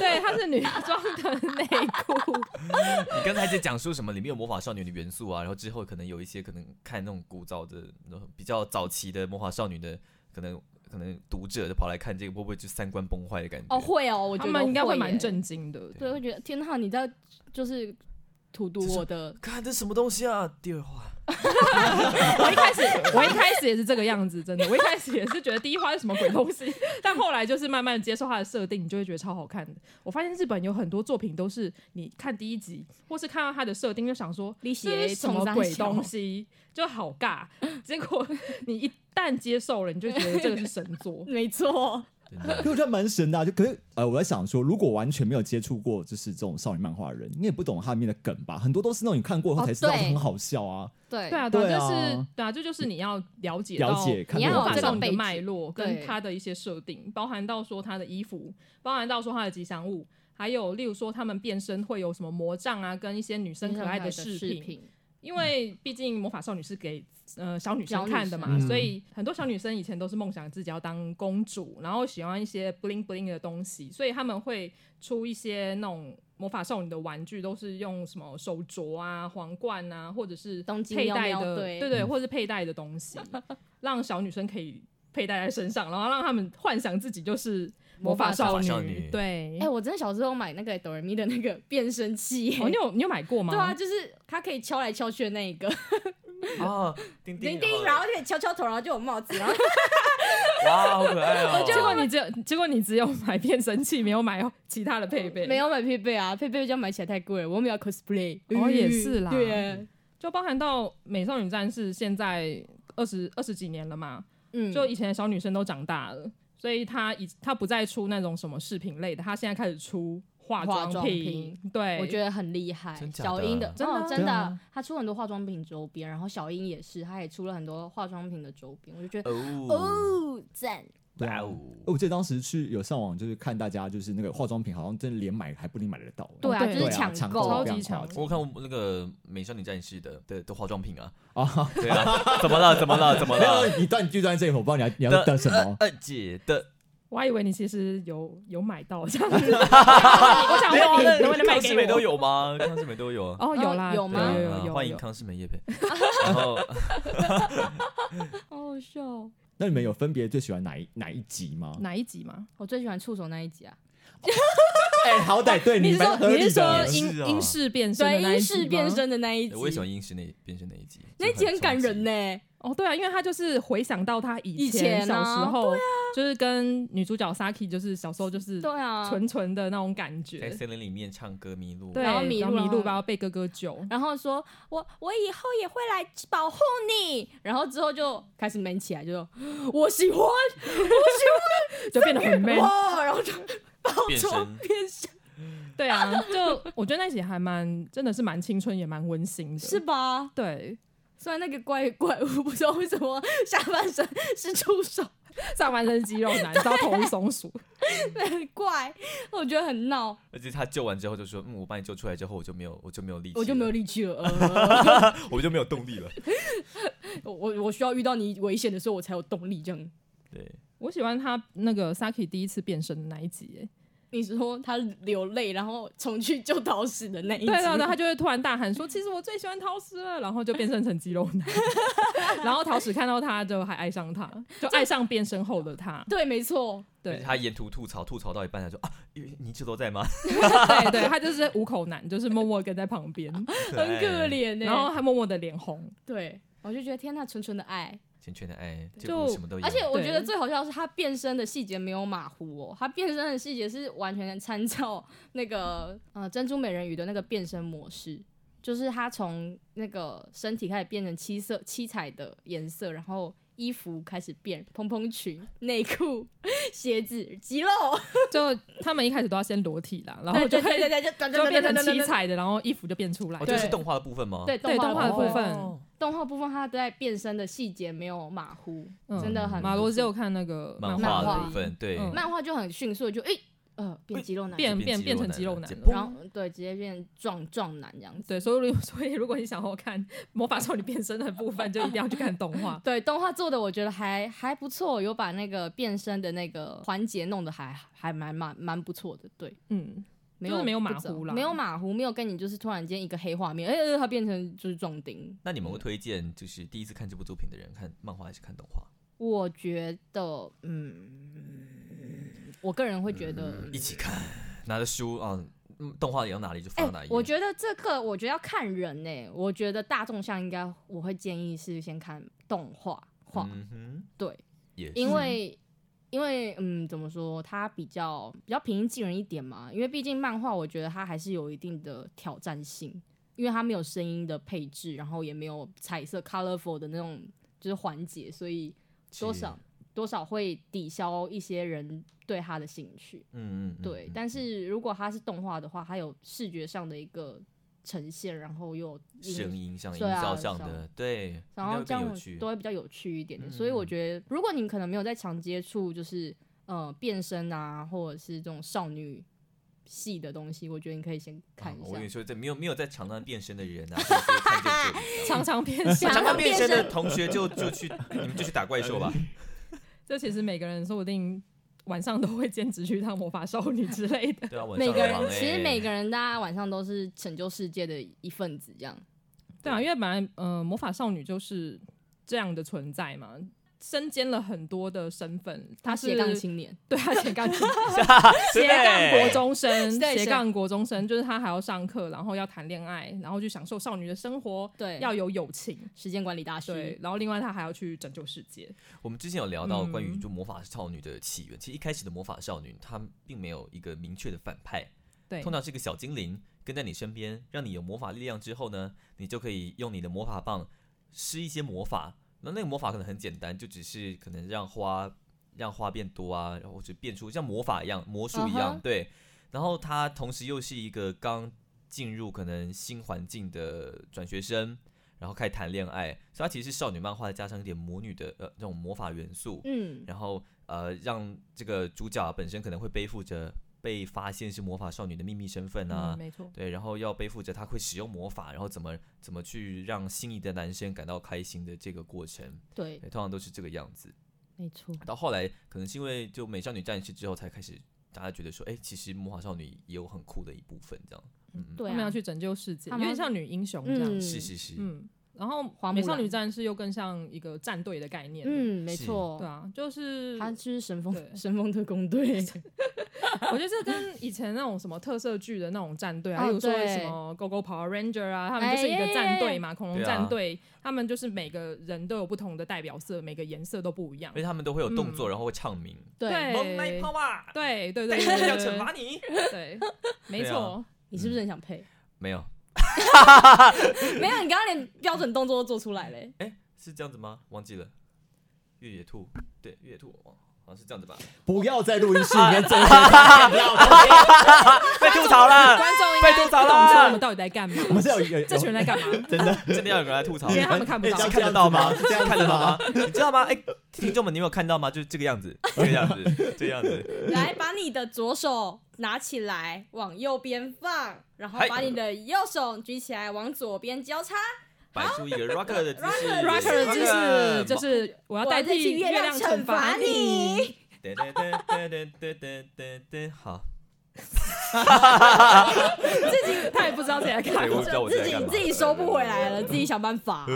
C: 对，它是女装的内裤。
A: 你刚才在讲述什么？里面有魔法少女的元素啊，然后之后可能有一些可能看那种古早的、那种比较早期的魔法少女的，可能可能读者就跑来看这个，会不会就三观崩坏的感觉？
D: 哦，会哦， 我觉
C: 他
D: 得
C: 们应该会
D: 会
C: 蛮
D: 耶，
C: 震惊的。
D: 对，会觉得天呐，你在就是荼毒我的，
A: 看这什么东西啊！第二话，
C: 我一开始，我一开始也是这个样子，真的，我一开始也是觉得第一话是什么鬼东西， 但后来就是慢慢接受它的设定，你就会觉得超好看的。我发现日本有很多作品都是你看第一集，或是看到它的设定就想说
D: 你写。
C: 这是什么鬼东西，就好尬。结果你一旦接受了，你就觉得这个是神作
D: 没错，
A: 真的
B: 可是我觉得蛮神的、啊，就可是呃，我在想说，如果完全没有接触过就是这种少女漫画的人，你也不懂它里面的梗吧？很多都是那种你看过后
D: 哦
B: 才知道
D: 对
B: 很好笑啊，
D: 对
C: 对啊，
B: 对
C: 对啊，
B: 啊
C: 就是对啊，这就是你要了解到
B: 了解看
D: 你要
B: 过
D: 有
B: 后
C: 魔法
D: 这
C: 少
D: 个
C: 女
D: 背
C: 的
D: 景
C: 脉络跟
D: 对
C: 她的一些设定，包含到说她的衣服，包含到说她的吉祥物，还有例如说他们变身会有什么魔杖啊，跟一些女生可爱的饰
D: 饰
C: 品。，因为毕竟魔法少女是给呃小女
D: 小
C: 生
D: 女
C: 看的嘛，
A: 嗯
B: 生
C: 所以很多小女生以前都是梦想自己要当公主，然后喜欢一些 bling bling 的东西，所以他们会出一些那种。魔法少女的玩具都是用什么手镯啊、皇冠啊，或者是
D: 东京
C: 佩戴
D: 喵喵
C: 的，
D: 队
C: 对
A: 嗯
C: 对，或者是佩戴的东西，让小女生可以佩戴在身上，然后让他们幻想自己就是魔法少
A: 魔法
C: 女。
A: 少女
C: 对，
D: 哎、我真的小时候买那个哆瑞咪的那个变声器耶、
C: 哦，你有你有买过吗？
D: 对啊，就是它可以敲来敲去的那 一个
A: 啊，叮
D: 叮
A: 叮
D: 叮，然后就可以敲敲头，然后就有帽 子，然后
A: 哇，好可爱哦！
C: 结果你只有结果你只有买变声器，没有买其他的配备，
D: 没有买配备啊，配备这样买起来太贵了，我们要 cosplay。嗯
C: 哦也是啦
D: 对啊，
C: 就包含到《美少女战士》现在二十二十几年了嘛，
D: 嗯，
C: 就以前的小女生都长大了，所以她以她不再出那种什么饰品类的，她现在开始出化
D: 化
C: 妆
D: 妆
C: 品
D: 品，
C: 对，
D: 我觉得很厉害
A: 真。假的
D: 小樱的，
C: 真的啊
D: 哦真
B: 对
D: 的
B: 啊，
D: 他出很多化妆品周边，然后小樱也是，他也出了很多化妆品的周边，我就觉得
A: 哦，
D: 哦赞。
A: 哇
B: 哦
A: 哦！
B: 我记得当时去有上网，就是看大家就是那个化妆品，好像真的连买还不一定买得到、欸。
D: 对啊，
C: 对
D: 就
B: 对
D: 是
B: 啊
D: 抢
B: 抢
D: 购，
C: 超
B: 购
C: 级
B: 非常
C: 抢
B: 夸张
A: 我看过那个《美少女战士》的的的化妆品啊，
B: 啊！
A: 对啊，怎么了？怎么 了？怎么
B: 没
A: 了？
B: 有，你断就断这一口，我不知道你要你
A: 的
B: 要等什么。
A: 二姐的，
C: 我还以为你其实有有买到这样 子，我想问你能不能卖
A: 康世
C: 给
A: 美
C: 我？
A: 都有吗？康世美都有啊。
C: 哦，有啦，
D: 哦有吗
C: 对有
A: 啊
C: 有有，
A: 欢迎
C: 有
A: 康世美叶佩。然后哎
D: 好好笑哦。
B: 那你们有分别最喜欢哪一哪一集吗？
C: 哪一集吗？
D: 我最喜欢触手那一集啊，
B: 哎、好歹对
C: 你是
B: 蛮合
C: 说
B: 理
C: 你是哦说
B: 的
A: 是
C: 英
A: 啊
C: 英式变身的
D: 对，
C: 那一
D: 英
C: 集吗
D: 式变身的那一集，
A: 我也喜欢英式那变身那一集，
D: 那一集很感人
A: 呢。
D: 呢、
C: 哦，对啊，因为他就是回想到他以
D: 以前
C: 小
D: 啊
C: 时候，就是跟女主角 Saki，就是小时候就是
D: 对啊，
C: 纯纯的那种感
A: 在
C: 觉，
A: 森林里面唱歌迷路，
C: 对，
D: 然后迷
C: 然后
D: 路
C: 迷
D: 然后
C: 路，然后被哥哥救。
D: 然后说我我以后也会来保护你，然后之后就开始 man 起来，就说我喜欢，
C: 就变得 很 man。
D: 哦，然后就抱
A: 变
D: 住
A: 身
D: 变身，
C: 对啊，就我觉得那集还蛮，真的是蛮青春，也蛮温馨的。
D: 是，吧？
C: 对，
D: 虽然那个怪怪物不知道为什么下半身是触手，
C: 上半身肌肉男， 然后头是松鼠，
D: 很怪，我觉得很闹，
A: 而且他救完之后就说：“嗯，我把你救出来之后，我就没有，我就没有力气，
D: 我就没有，力气了。呃
A: 我就没有动力了。
D: 我我我需要遇到你危险的时候，我才有动力这样。”
A: 对，
C: 我喜欢他那个 Saki 第一次变身的那一集耶，
D: 你说他流泪，然后重去救桃矢的那一集，
C: 对对对，他就会突然大喊说：“其实我最喜欢桃矢了。”然后就变身成肌肉 男，然后桃矢看到他就还爱上他，就爱上变身后的他。
D: 对没错，
A: 而
C: 对
A: 且他沿途吐槽，吐槽到一半他说啊，你一直都在吗？
C: 对对，他就是五口男，就是默默跟在旁 边，
A: 很
D: 很可。怜呢、
C: 然后他默默的脸红。
D: 对，我就觉得天呐，纯纯的爱。
A: 缱绻的爱，
C: 对
A: 结果什么都有。
D: 而且我
C: 对
D: 觉得最好笑的是，他变身的细节没有马虎哦，他变身的细节是完全参照那个呃珍珠美人鱼的那个变身模式，就是他从那个身体开始变成七色七彩的颜色，然后衣服开始变，蓬蓬裙、内裤、 鞋子、肌肉，
C: 就他们一开始都要先裸体啦，然后哦就
D: 对
C: 会
D: 对对，就
C: 就变成七，彩的，然后衣服就变出来
A: 哦，。这是
D: 对
A: 动画的部分吗？
D: 对
C: 对动画的部分，
A: 哦，
D: 动画部分它在变身的细节没有马虎，
C: 嗯
D: 真的很
C: 马罗只有看那个
A: 漫
D: 画
A: 的
C: 而
A: 部
C: 已
A: 分，对，
C: 嗯
D: 漫画就很迅速就诶、呃变肌肉男，
C: 变变
A: 变
C: 变成肌
A: 肌
C: 肉
A: 肉
C: 男
A: 男
C: 了。
D: 然后对，直接变壮壮男这样子。
C: 对，所以如 所以如果你想要看《魔法少女变身》的部分，就一定要去看动画。
D: 对，动画做的我觉得还还不错，有把那个变身的那个环节弄得还还蛮蛮蛮不错的。对，
C: 嗯，
D: 没
C: 就
D: 有
C: 是没有
D: 不
C: 马
D: 知道
C: 虎啦
D: 没有马虎，没有跟你就是突然间一个黑画面，哎、哎他变成就是壮丁。
A: 那你们会推荐就是第一次看这部作品的人看漫画还是看动画？
D: 我觉得，嗯，我个人会觉得，
A: 嗯一起看，拿着书啊，嗯，动画演到哪里就
D: 哎、
A: 放到哪里。
D: 我觉得这个我觉得要看人呢、我觉得大众向应该我会建议是先看动画画，
A: 嗯哼，
D: 对，
A: 也是
D: 因为因为嗯，怎么说，它比较比较平易近人一点嘛。因为毕竟漫画，我觉得它还是有一定的挑战性，因为它没有声音的配置，然后也没有彩色 colorful 的那种就是环节，所以多
A: 是
D: 少多少会抵消一些人对它的兴趣。
A: 嗯嗯嗯
D: 对，
A: 嗯
D: 但是如果它是动画的话，它有视觉上的一个呈现，然后又有音
A: 声音上、营
D: 对啊
A: 造上
D: 上
A: 的，对，
D: 然后
A: 应
D: 这
A: 该会更
D: 样
A: 有
D: 我
A: 趣
D: 都。会比较有趣一点点。
A: 嗯
D: 所以我
A: 嗯
D: 觉得，如果你可能没有在常接触，就是呃变身啊，或者是这种少女系的东西，我觉得你可以先看
A: 啊
D: 一
A: 我跟你
D: 下。
A: 说，这没有没有在场上变身的人啊，所以可以 看这部作
C: 常常变身
A: 品。
D: 常
A: 场
D: 常
A: 上
D: 变
A: 变
D: 身
A: 身的同学就就 去，你们就去打怪兽吧。
C: 这其实每个人说不定晚上都会兼职去当魔法少女之类的。
A: 对啊，晚
D: 每
A: 上
D: 个
A: 很忙
D: 人其实
A: 欸
D: 每个人大家晚上都是拯救世界的一份子，这样。
C: 对啊，因为本来呃魔法少女就是这样的存在嘛，身兼了很多的身份，她
D: 他
C: 是
D: 斜杠青年，
C: 对她斜杠青
A: 对
C: 斜杠国中生，
D: 对
C: 斜杠国中生就是她还要上课，然后要谈恋爱，然后去享受少女的生活，
D: 对
C: 要有友情。
D: 时间管理大
C: 对
D: 师，，
C: 然后另外她还要去拯救世界，
A: 我们之前有聊到关于
C: 嗯
A: 就魔法少女的起源，其实一开始的魔法少女她并没有一个明确的反派，
C: 对
A: 通常是一个小精灵跟在你身边，让你有魔法力量之后呢，你就可以用你的魔法棒施一些魔法。那那个魔法可能很简单，就只是可能让花让花变多啊，然后或者变出像魔法一样、魔术一样
D: 嗯哼
A: 对。然后她同时又是一个刚进入可能新环境的转学生，然后开始谈恋爱，所以它其实是少女漫画加上一点魔女的呃这种魔法元素，
D: 嗯，
A: 然后呃让这个主角本身可能会背负着被发现是魔法少女的秘密身份啊，
C: 嗯没错，
A: 对，然后要背负着她会使用魔法，然后怎么怎么去让心仪的男生感到开心的这个过程，
D: 对，
A: 对，通常都是这个样子。
D: 没错，
A: 到后来可能是因为就美少女战士之后才开始。大家觉得说，哎、其实魔法少女也有很酷的一部分，这样，嗯，嗯
D: 对
C: 他们要
D: 啊，
C: 去拯救世界，
D: 他
C: 有
D: 们
C: 点像女英雄这样
D: 嗯
A: 是是是，
C: 嗯，然后
D: 花木
C: 美少
D: 兰
C: 女战士又更像一个战队的概念，，
D: 嗯，没
A: 是
D: 错
C: 对，啊，就是
D: 他就是神
C: 对
D: 风神风特 工队，
C: 我觉得这跟以前那种什么特色剧的那种战队啊，
D: 哦
C: 例如说
D: 对哎
C: 什么 Go Go Power Ranger 啊，他们就是一个战队嘛，恐龙战队，他们就是每个人都有不同的代表色，每个颜色都不一样
D: 哎
A: 而且。他们都会有动作，然后会唱名，
D: 对，
A: 蒙奶
C: 对
A: 泡啊，
C: 对对 对
A: 对，
C: 对
A: 要
C: 对
A: 惩罚
C: 对，
A: 你，
C: 对，没
A: 对啊
C: 错，
D: 你是不是很想配？
A: 没有，
D: 没有，你刚刚连标准动作都做出来嘞。
A: 哎，是这样子吗？忘记了。越野兔，对，越野兔，哦好像是这样子吧？
B: 不要在录音 室里面做这些不要做 这些
A: 被吐槽了，
C: 观众应
A: 被
C: 该
A: 吐槽
C: 不懂说我们
A: 了，
C: 到底在干嘛，
B: 我们是有有有
C: 这群人在干嘛？
B: 真的
A: 真的要有人来吐槽，
C: 因为他们看不到
A: 哎这样看得到吗？
B: 这
A: 这
B: 样
A: 样
B: 子吗
A: 看得到吗？你知道吗？哎，听众们，你有没有看到吗？就是这个样子，这个样子，这个样子，
D: 来，把你的左手拿起来，往右边放，然后
A: 嗨
D: 把你的右手举起来，往左边交叉。
A: 摆出一个 rocker 的姿势
C: Rocker 的姿势就
A: ，rocker，
C: 是我要代
D: 我要代替
C: 替
D: 月
C: 月
D: 亮
C: 亮惩
D: 惩罚
C: 罚
D: 你
C: 你。
A: 噔噔噔噔噔噔噔噔，好，
D: 自己他也不知道谁来看
A: 对我也不知道我
D: 自
A: 在
D: 己
A: 干嘛
D: 自己收不回 来了，自己想办法。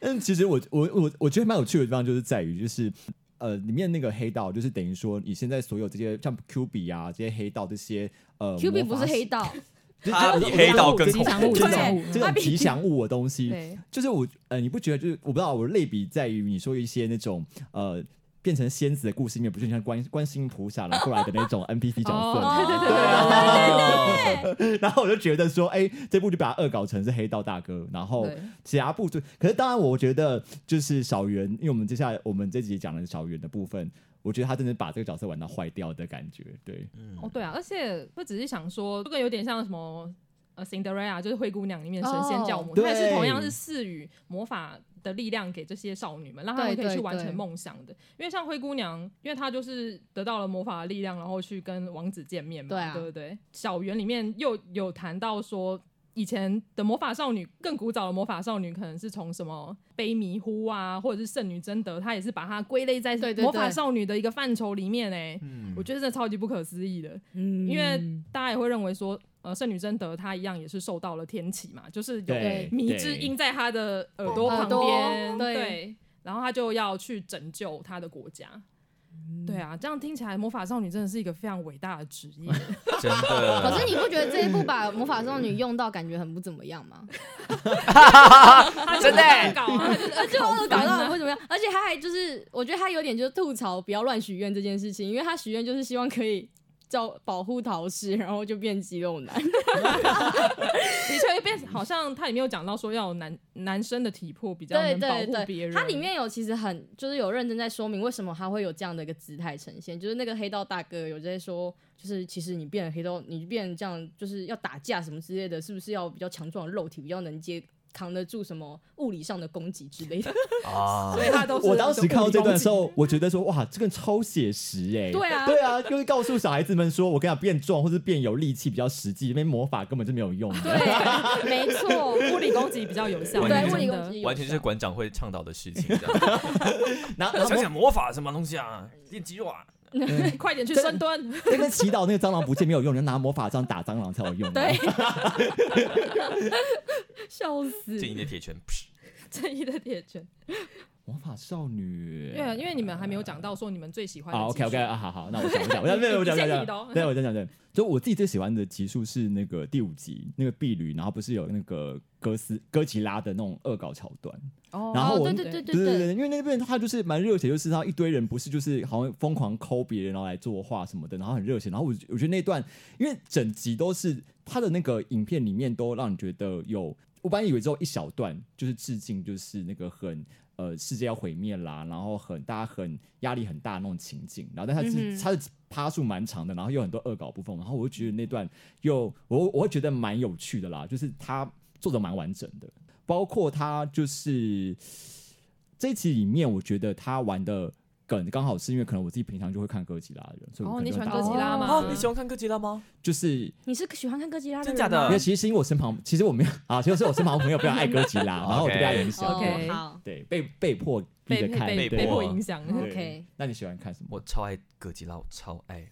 B: 但其实我我我我觉得蛮有趣的地方就是在于，就是呃，里面那个黑道，就是等于说你现在所有这些像 Q 币啊这些黑道这些呃
D: Q B
B: 魔
D: 不
B: 法
D: 是黑道，
B: 就是
A: 他
B: 这种
A: 比黑道更
C: 吉
A: 恐
C: 祥物，
D: 怖
B: 这
C: 吉
B: 种
C: 祥物
D: 对。
B: 这种吉祥物的东西，
C: 对，
B: 就是我呃，你不觉得就是我不知道我类比在于你说一些那种呃。变成仙子的故事里面，不是像观观世音菩萨来过来的那种 NPC 角色吗？
C: 哦对对对
A: 哦
B: 对对对。 然后我就觉得说，哎、这部就把它恶搞成是黑道大哥，然后
D: 哦
C: 对
B: 其他部队。可是当然，我觉得就是小圆，因为我们接下来我们这集讲的小圆的部分，我觉得他真的把这个角色玩到坏掉的感觉。对，
D: 嗯
C: 哦对啊，而且我只是想说，这个有点像什么呃，Cinderella 就是灰姑娘里面神仙教母，
B: 哦
C: 她也是同样
B: 对
C: 是赐予魔法的力量给这些少女们，让她们
D: 对
C: 可以去
D: 对
C: 完
D: 对
C: 成梦想的。因为像灰姑娘，因为她就是得到了魔法的力量，然后去跟王子见面嘛，
D: 对啊
C: 对不对？小圆里面又有谈到说。以前的魔法少女，更古早的魔法少女，可能是从什么悲迷糊啊，或者是圣女贞德，她也是把它归类在
D: 对对对
C: 魔法少女的一个范畴里面哎、
A: 嗯
C: 我觉得真的超级不可思议的。
D: 嗯
C: 因为大家也会认为说，呃，圣女贞德她一样也是受到了天启嘛，就是有
B: 对
C: 迷之音在她的耳朵旁
D: 耳朵
C: 边，
D: 对
C: 对，然后她就要去拯救她的国家。
D: 嗯
C: 对啊，这样听起来魔法少女真的是一个非常伟大的职 业。
A: 真的。
D: 可是你不觉得这一部把魔法少女用到感觉很不怎么样 吗？
C: 她
A: 真的
D: 欸
C: 就是恶搞啊，她就是恶
D: 呃就
C: 搞
D: 恶
C: 啊
D: 搞到不 怎么样，而且他还就是，我觉得他有点就是吐槽不要乱许愿这件事情，因为他许愿就是希望可以叫保护桃矢，然后就变肌肉男。
C: 的确变，好像它里面有讲到说要有男男生的体魄比较
D: 对
C: 能保
D: 对
C: 护别
D: 对，
C: 人。
D: 它里面有其实很就是有认真在说明为什么他会有这样的一个姿态呈现，就是那个黑道大哥有在说，就是其实你变成黑道，你变这样就是要打架什么之类的，是不是要比较强壮的肉体，比较能接扛得住什么物理上的攻击之类 的？
A: 啊
C: 所以她都是
B: 我当时看到这段的时
C: 都
B: 候，我觉得说，哇，这个超写实哎、
D: 对啊
B: 对啊，就是告诉小孩子们说，我跟你讲，变壮或是变有力气比较实际，因为魔法根本就没有用的。
D: 对，没错，
C: 物理攻击比较有效，
A: 对
D: 对
A: 完全
D: 物理
C: 真的
D: 攻击有
A: 完全就是
D: 效
A: 馆长会倡导的事情，这样
B: 然后然后
A: 想想魔法什么东西啊，练肌肉啊，
C: 快点去深蹲。
B: 那边祈祷那个蟑螂不见没有用，你要拿魔法杖打蟑螂才有用。啊
D: 对，笑死！
A: 静音的铁拳，噗
C: 正义的铁拳。
B: 魔法少女。
C: 对，啊因为你们还没有讲到说你们最喜欢的
B: 好
C: 集数。
B: ，OK，OK，啊，好好，那我讲，我讲，我讲，没有， 我讲，我讲，对，我讲，讲，对，就我自己最喜欢的集数是那个第五集，那个婢女，然后不是有那个哥斯哥吉拉的那种恶搞桥段，
C: 哦
B: 然后我
D: 对对对
B: 对对对，因为那边他就是蛮热血，就是他一堆人不是就是好像疯狂抠别人，然后来作画什么的，然后很热血。然后我我觉得那段，因为整集都是他的那个影片里面都让你觉得有，我本来以为只有一小段就是致敬，就是那个很呃世界要毁灭啦，然后很大家很压力很大的那种情景，然后但他
D: 嗯哼
B: 是他的趴数蛮长的，然后又有很多恶搞部分，然后我就觉得那段又我我会觉得蛮有趣的啦，就是他做的蛮完整的，包括他就是这一期里面，我觉得他玩的梗刚好是因为可能我自己平常就会看哥吉拉的人，所以我
C: 哦
B: 可能
C: 你
B: 就
C: 喜欢
B: 打
C: 哥吉拉吗？
A: 哦，你喜欢看哥吉拉吗？
B: 就是
D: 你是喜欢看哥吉拉的
A: 真
D: 人
A: 假的
C: 嗯
D: 吗
B: 因为其实因为我身旁，其实我没有啊，其实我身旁的朋友非常爱哥吉 拉，然后我就被他影响，
D: 哦
C: OK
D: 好
B: 对，被被迫逼
C: 被
B: 着看，
C: 被
A: 被
C: 被
A: 迫
C: 迫
A: 啊
C: 影响。
B: 对
D: OK
B: 那你喜欢看什么？
A: 我超爱哥吉拉，我超爱，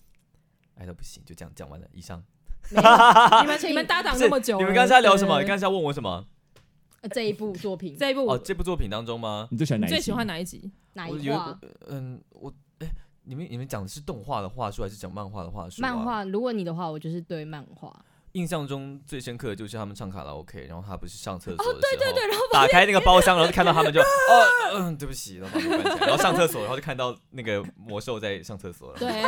A: 爱到不行，就这样讲完了。以上，
C: 你 们你们搭档
A: 是
C: 那么久了，
A: 你们刚才在聊什么？
C: 对
A: 你刚才在问我什么？
D: 呃这一部作品
C: 这一部
A: 哦，
C: 我
A: 这部作品当中吗？
B: 你最喜欢哪
C: 你
B: 一集？
C: 最喜欢哪一集？
D: 哪
A: 我
D: 一
A: 有
D: 啊话
A: 我？嗯，我哎、你们你们讲的是动画的话术还是讲漫画的话术、啊？
D: 漫画，如果你的话，我就是对漫画。
A: 印象中最深刻的就是他们唱卡拉 OK，然后他不是上厕所的时候，对对对，然后打开那个包厢，然后就看到他们就哦，嗯，对不起，然后把门关起来，然后上厕所，然后就看到那个魔兽在上厕所了，
D: 对，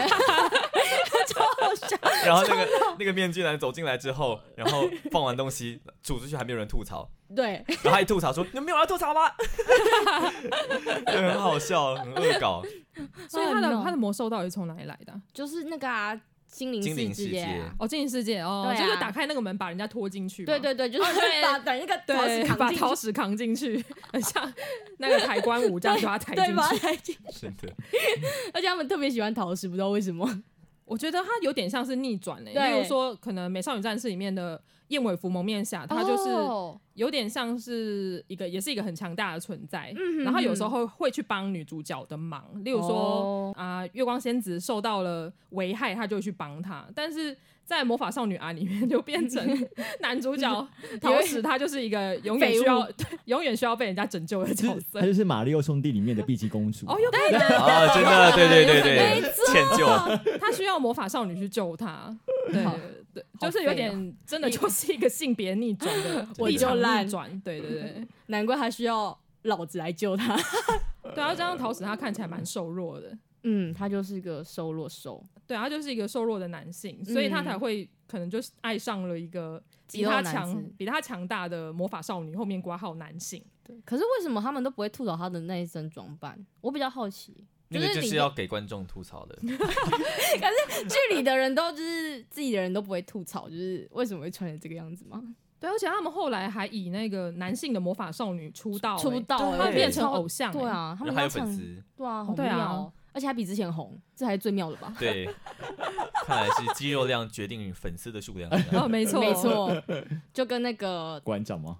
A: 然后那个那个面具男走进来之后，然后放完东西杵出去，还没有人吐槽，
D: 对，
A: 然后他一吐槽说：“你们没有要吐槽吗？”就很好笑，很恶搞。
C: 所以他的
D: 哦 no
C: 他的魔兽到底是从哪里来的啊？
D: 就是那个啊，精灵
A: 精灵
D: 世
A: 世
D: 界
A: 界
D: 啊。
C: 哦，精灵世界哦，
D: 对啊
C: 就是打开那个门把人家拖进去嘛。
D: 对对哦对，就是把把那个桃矢
C: 对，
D: 扛
C: 把
D: 进
C: 桃
D: 去，
C: 矢扛进去， 很像那个抬棺舞这样就把他抬
D: 对，
C: 进
D: 把它
C: 去。
D: 抬进去。
A: 真的，
D: 而且他们特别喜欢桃矢，不知道为什么。
C: 我觉得它有点像是逆转嘞、欸
D: 对
C: 例如说，可能《美少女战士》里面的燕尾服蒙面侠，他就是
D: 哦
C: 有点像是一个，也是一个很强大的存在。
D: 嗯哼
C: 然后有时候会会去帮女主角的忙，例如说
D: 哦
C: 啊、月光仙子受到了危害，他就会去帮她。但是在魔法少女啊里面就变成 男主角桃矢，他就是一个永远
D: 废物
C: 需要对永远需要被人家拯救的角
B: 就是
C: 色
B: 她。就是马里奥兄弟里面的碧姬公主。
C: 哦，又对对
A: 啊，真的，对对对对，
D: 没
A: 歉 疚。
C: 他需要魔法少女去救他。对
D: 好
C: 对，
D: 好
C: 就是有
D: 废
C: 点真的就是一个性别逆转 的
D: 我
C: 立
D: 就
C: 场
D: 烂
C: 逆转，对对对
D: 难怪他需要老子来救他。
C: 对，然后加上桃矢他看起来蛮瘦弱的，
D: 嗯，他就是个瘦弱瘦，
C: 对，他就是一个瘦弱的男性，所以他才会可能就是爱上了一个比
D: 嗯肌肉
C: 他
D: 男
C: 强
D: 子
C: 比他强大的魔法少女，后面挂号男性。
D: 对。可是为什么他们都不会吐槽他的那一身装扮？我比较好奇。
A: 那
D: 是
A: 个就
D: 里
A: 是要给观众吐槽的，
D: 剧里的人都就是自己的人都不会吐槽，就是为什么会穿成这个样子吗？
C: 对，而且他们后来还以那个男性的魔法少女出道、
D: 出
C: 欸
D: 道
A: 对
D: 欸
C: 他们变成
D: 超
C: 偶像、欸，
D: 对，啊，他
A: 然后
D: 们
A: 还有
D: 要唱
A: 粉丝，
D: 对啊，好
C: 对啊
D: 妙哦，而且还比之前红，这还是最妙的吧？
A: 对，看来是肌肉量决定粉丝的数 量。
C: 哦，没错
D: 没，错，就跟那个
B: 馆长吗？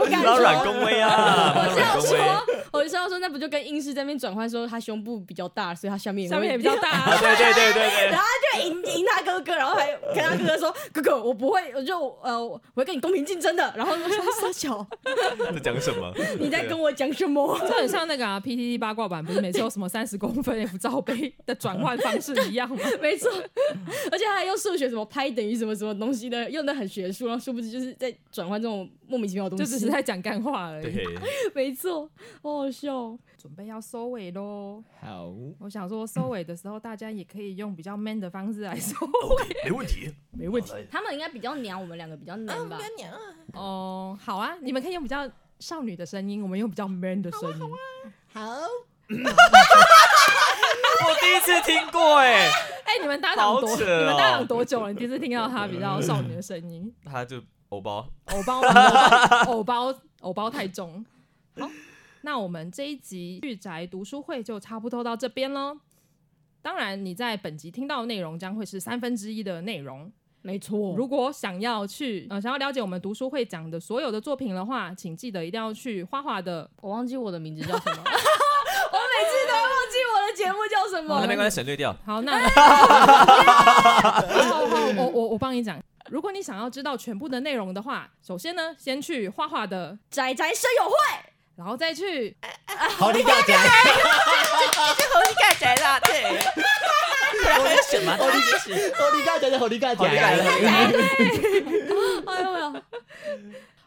D: 我不敢
A: 不要软
D: 说。
A: 恭威啊！不
D: 我
A: 要软
D: 是要
A: 恭威。
D: 说，我是要说，那不就跟英式在那边转换说他胸部比较大，所以他下面也会
C: 下面也比较大、
A: 啊，对对对对对
D: 然，后他就 赢赢他哥哥，然后还跟他哥哥说：“哥哥，我不会，我就呃，我会跟你公平竞争的。”然后他说：“傻小，
A: 在讲什么？
D: 你在跟我讲什么
C: 这很像那个啊，PTT 八卦版，不是每次有什么三十公分 F 罩杯的转换方式一样吗？？”
D: 没错，而且他还用数学什么拍等于什么什么东西的，用的很学术，然后殊不知就是在转换这种莫名其妙的
C: 就
D: 东
C: 只
D: 西。
C: 是在讲干话而已。
A: 对，
D: 没错，好好笑哦。
C: 准备要收尾喽，
B: 好，
C: 我想说收尾的时候，大家也可以用比较 man 的方式来收尾。
A: 没问题，
C: 没问题。
D: 他们应该比较娘，我们两个比较娘吧？
F: 娘啊，
C: 哦、好啊，你们可以用比较少女的声音，我们用比较 man 的声音。
F: 好，
A: 我第一次听过哎，
C: 哎、你们搭档多，
A: 好扯哦
C: 你们搭档多久了？你第一次听到他比较少女的声音？
A: 他就偶包，
C: 偶包，偶包，偶包太重。好，那我们这一集剧宅读书会就差不多到这边喽。当然，你在本集听到的内容将会是三分之一的内容。
D: 没错
C: 如果想要去呃想要了解我们读书会讲的所有的作品的话，请记得一定要去花花的。
D: 我忘记我的名字叫什么，我每次都 忘记我的节目叫什
A: 好，那没
D: 么。
A: 关系，省略掉。
C: 好，那好好好，我我我帮你讲。如果你想要知道全部的内容的话，首先呢，先去花花的，
D: 宅宅生友会，
C: 然后再去
B: 好，你大家，
F: 好你看起来啦， 对，
A: 我在什么？我是
B: 好，你大家，好，你大
A: 好厉害
B: 家，
D: 哎呦呀，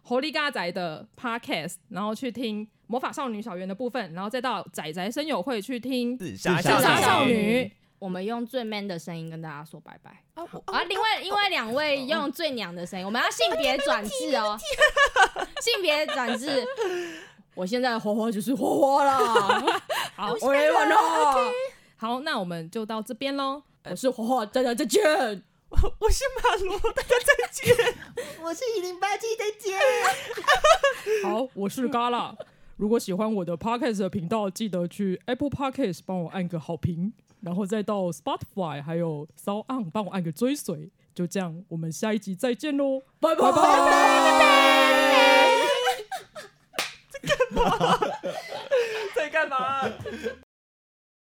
C: 狐狸嘎仔的 podcast，然后去听魔法少女小圆的部分，然后再到仔仔声友会去听
A: 自杀
B: 自
C: 杀
B: 杀
C: 少
B: 少
C: 女。
D: 我们用最 man 的声音跟大家说拜拜。
F: 啊我
D: 啊，另外另外两位用最娘的声音，我们要性别转制 哦，性别转制。我现在花花就是花花 啦，
C: 好，
D: 我也玩啦，
C: 好，那我们就到这边喽。
D: 我是花花，大家再见。
A: 我是马罗，大家再见。
F: 我是一零八七，再见。
C: 好，我是嘎啦。 如果喜欢我的 podcast 的频道，记得去 Apple Podcast 帮我按个好评，然后再到 Spotify 还有 Sound On 帮我按个追随。就这样，我们下一集再见喽，拜拜。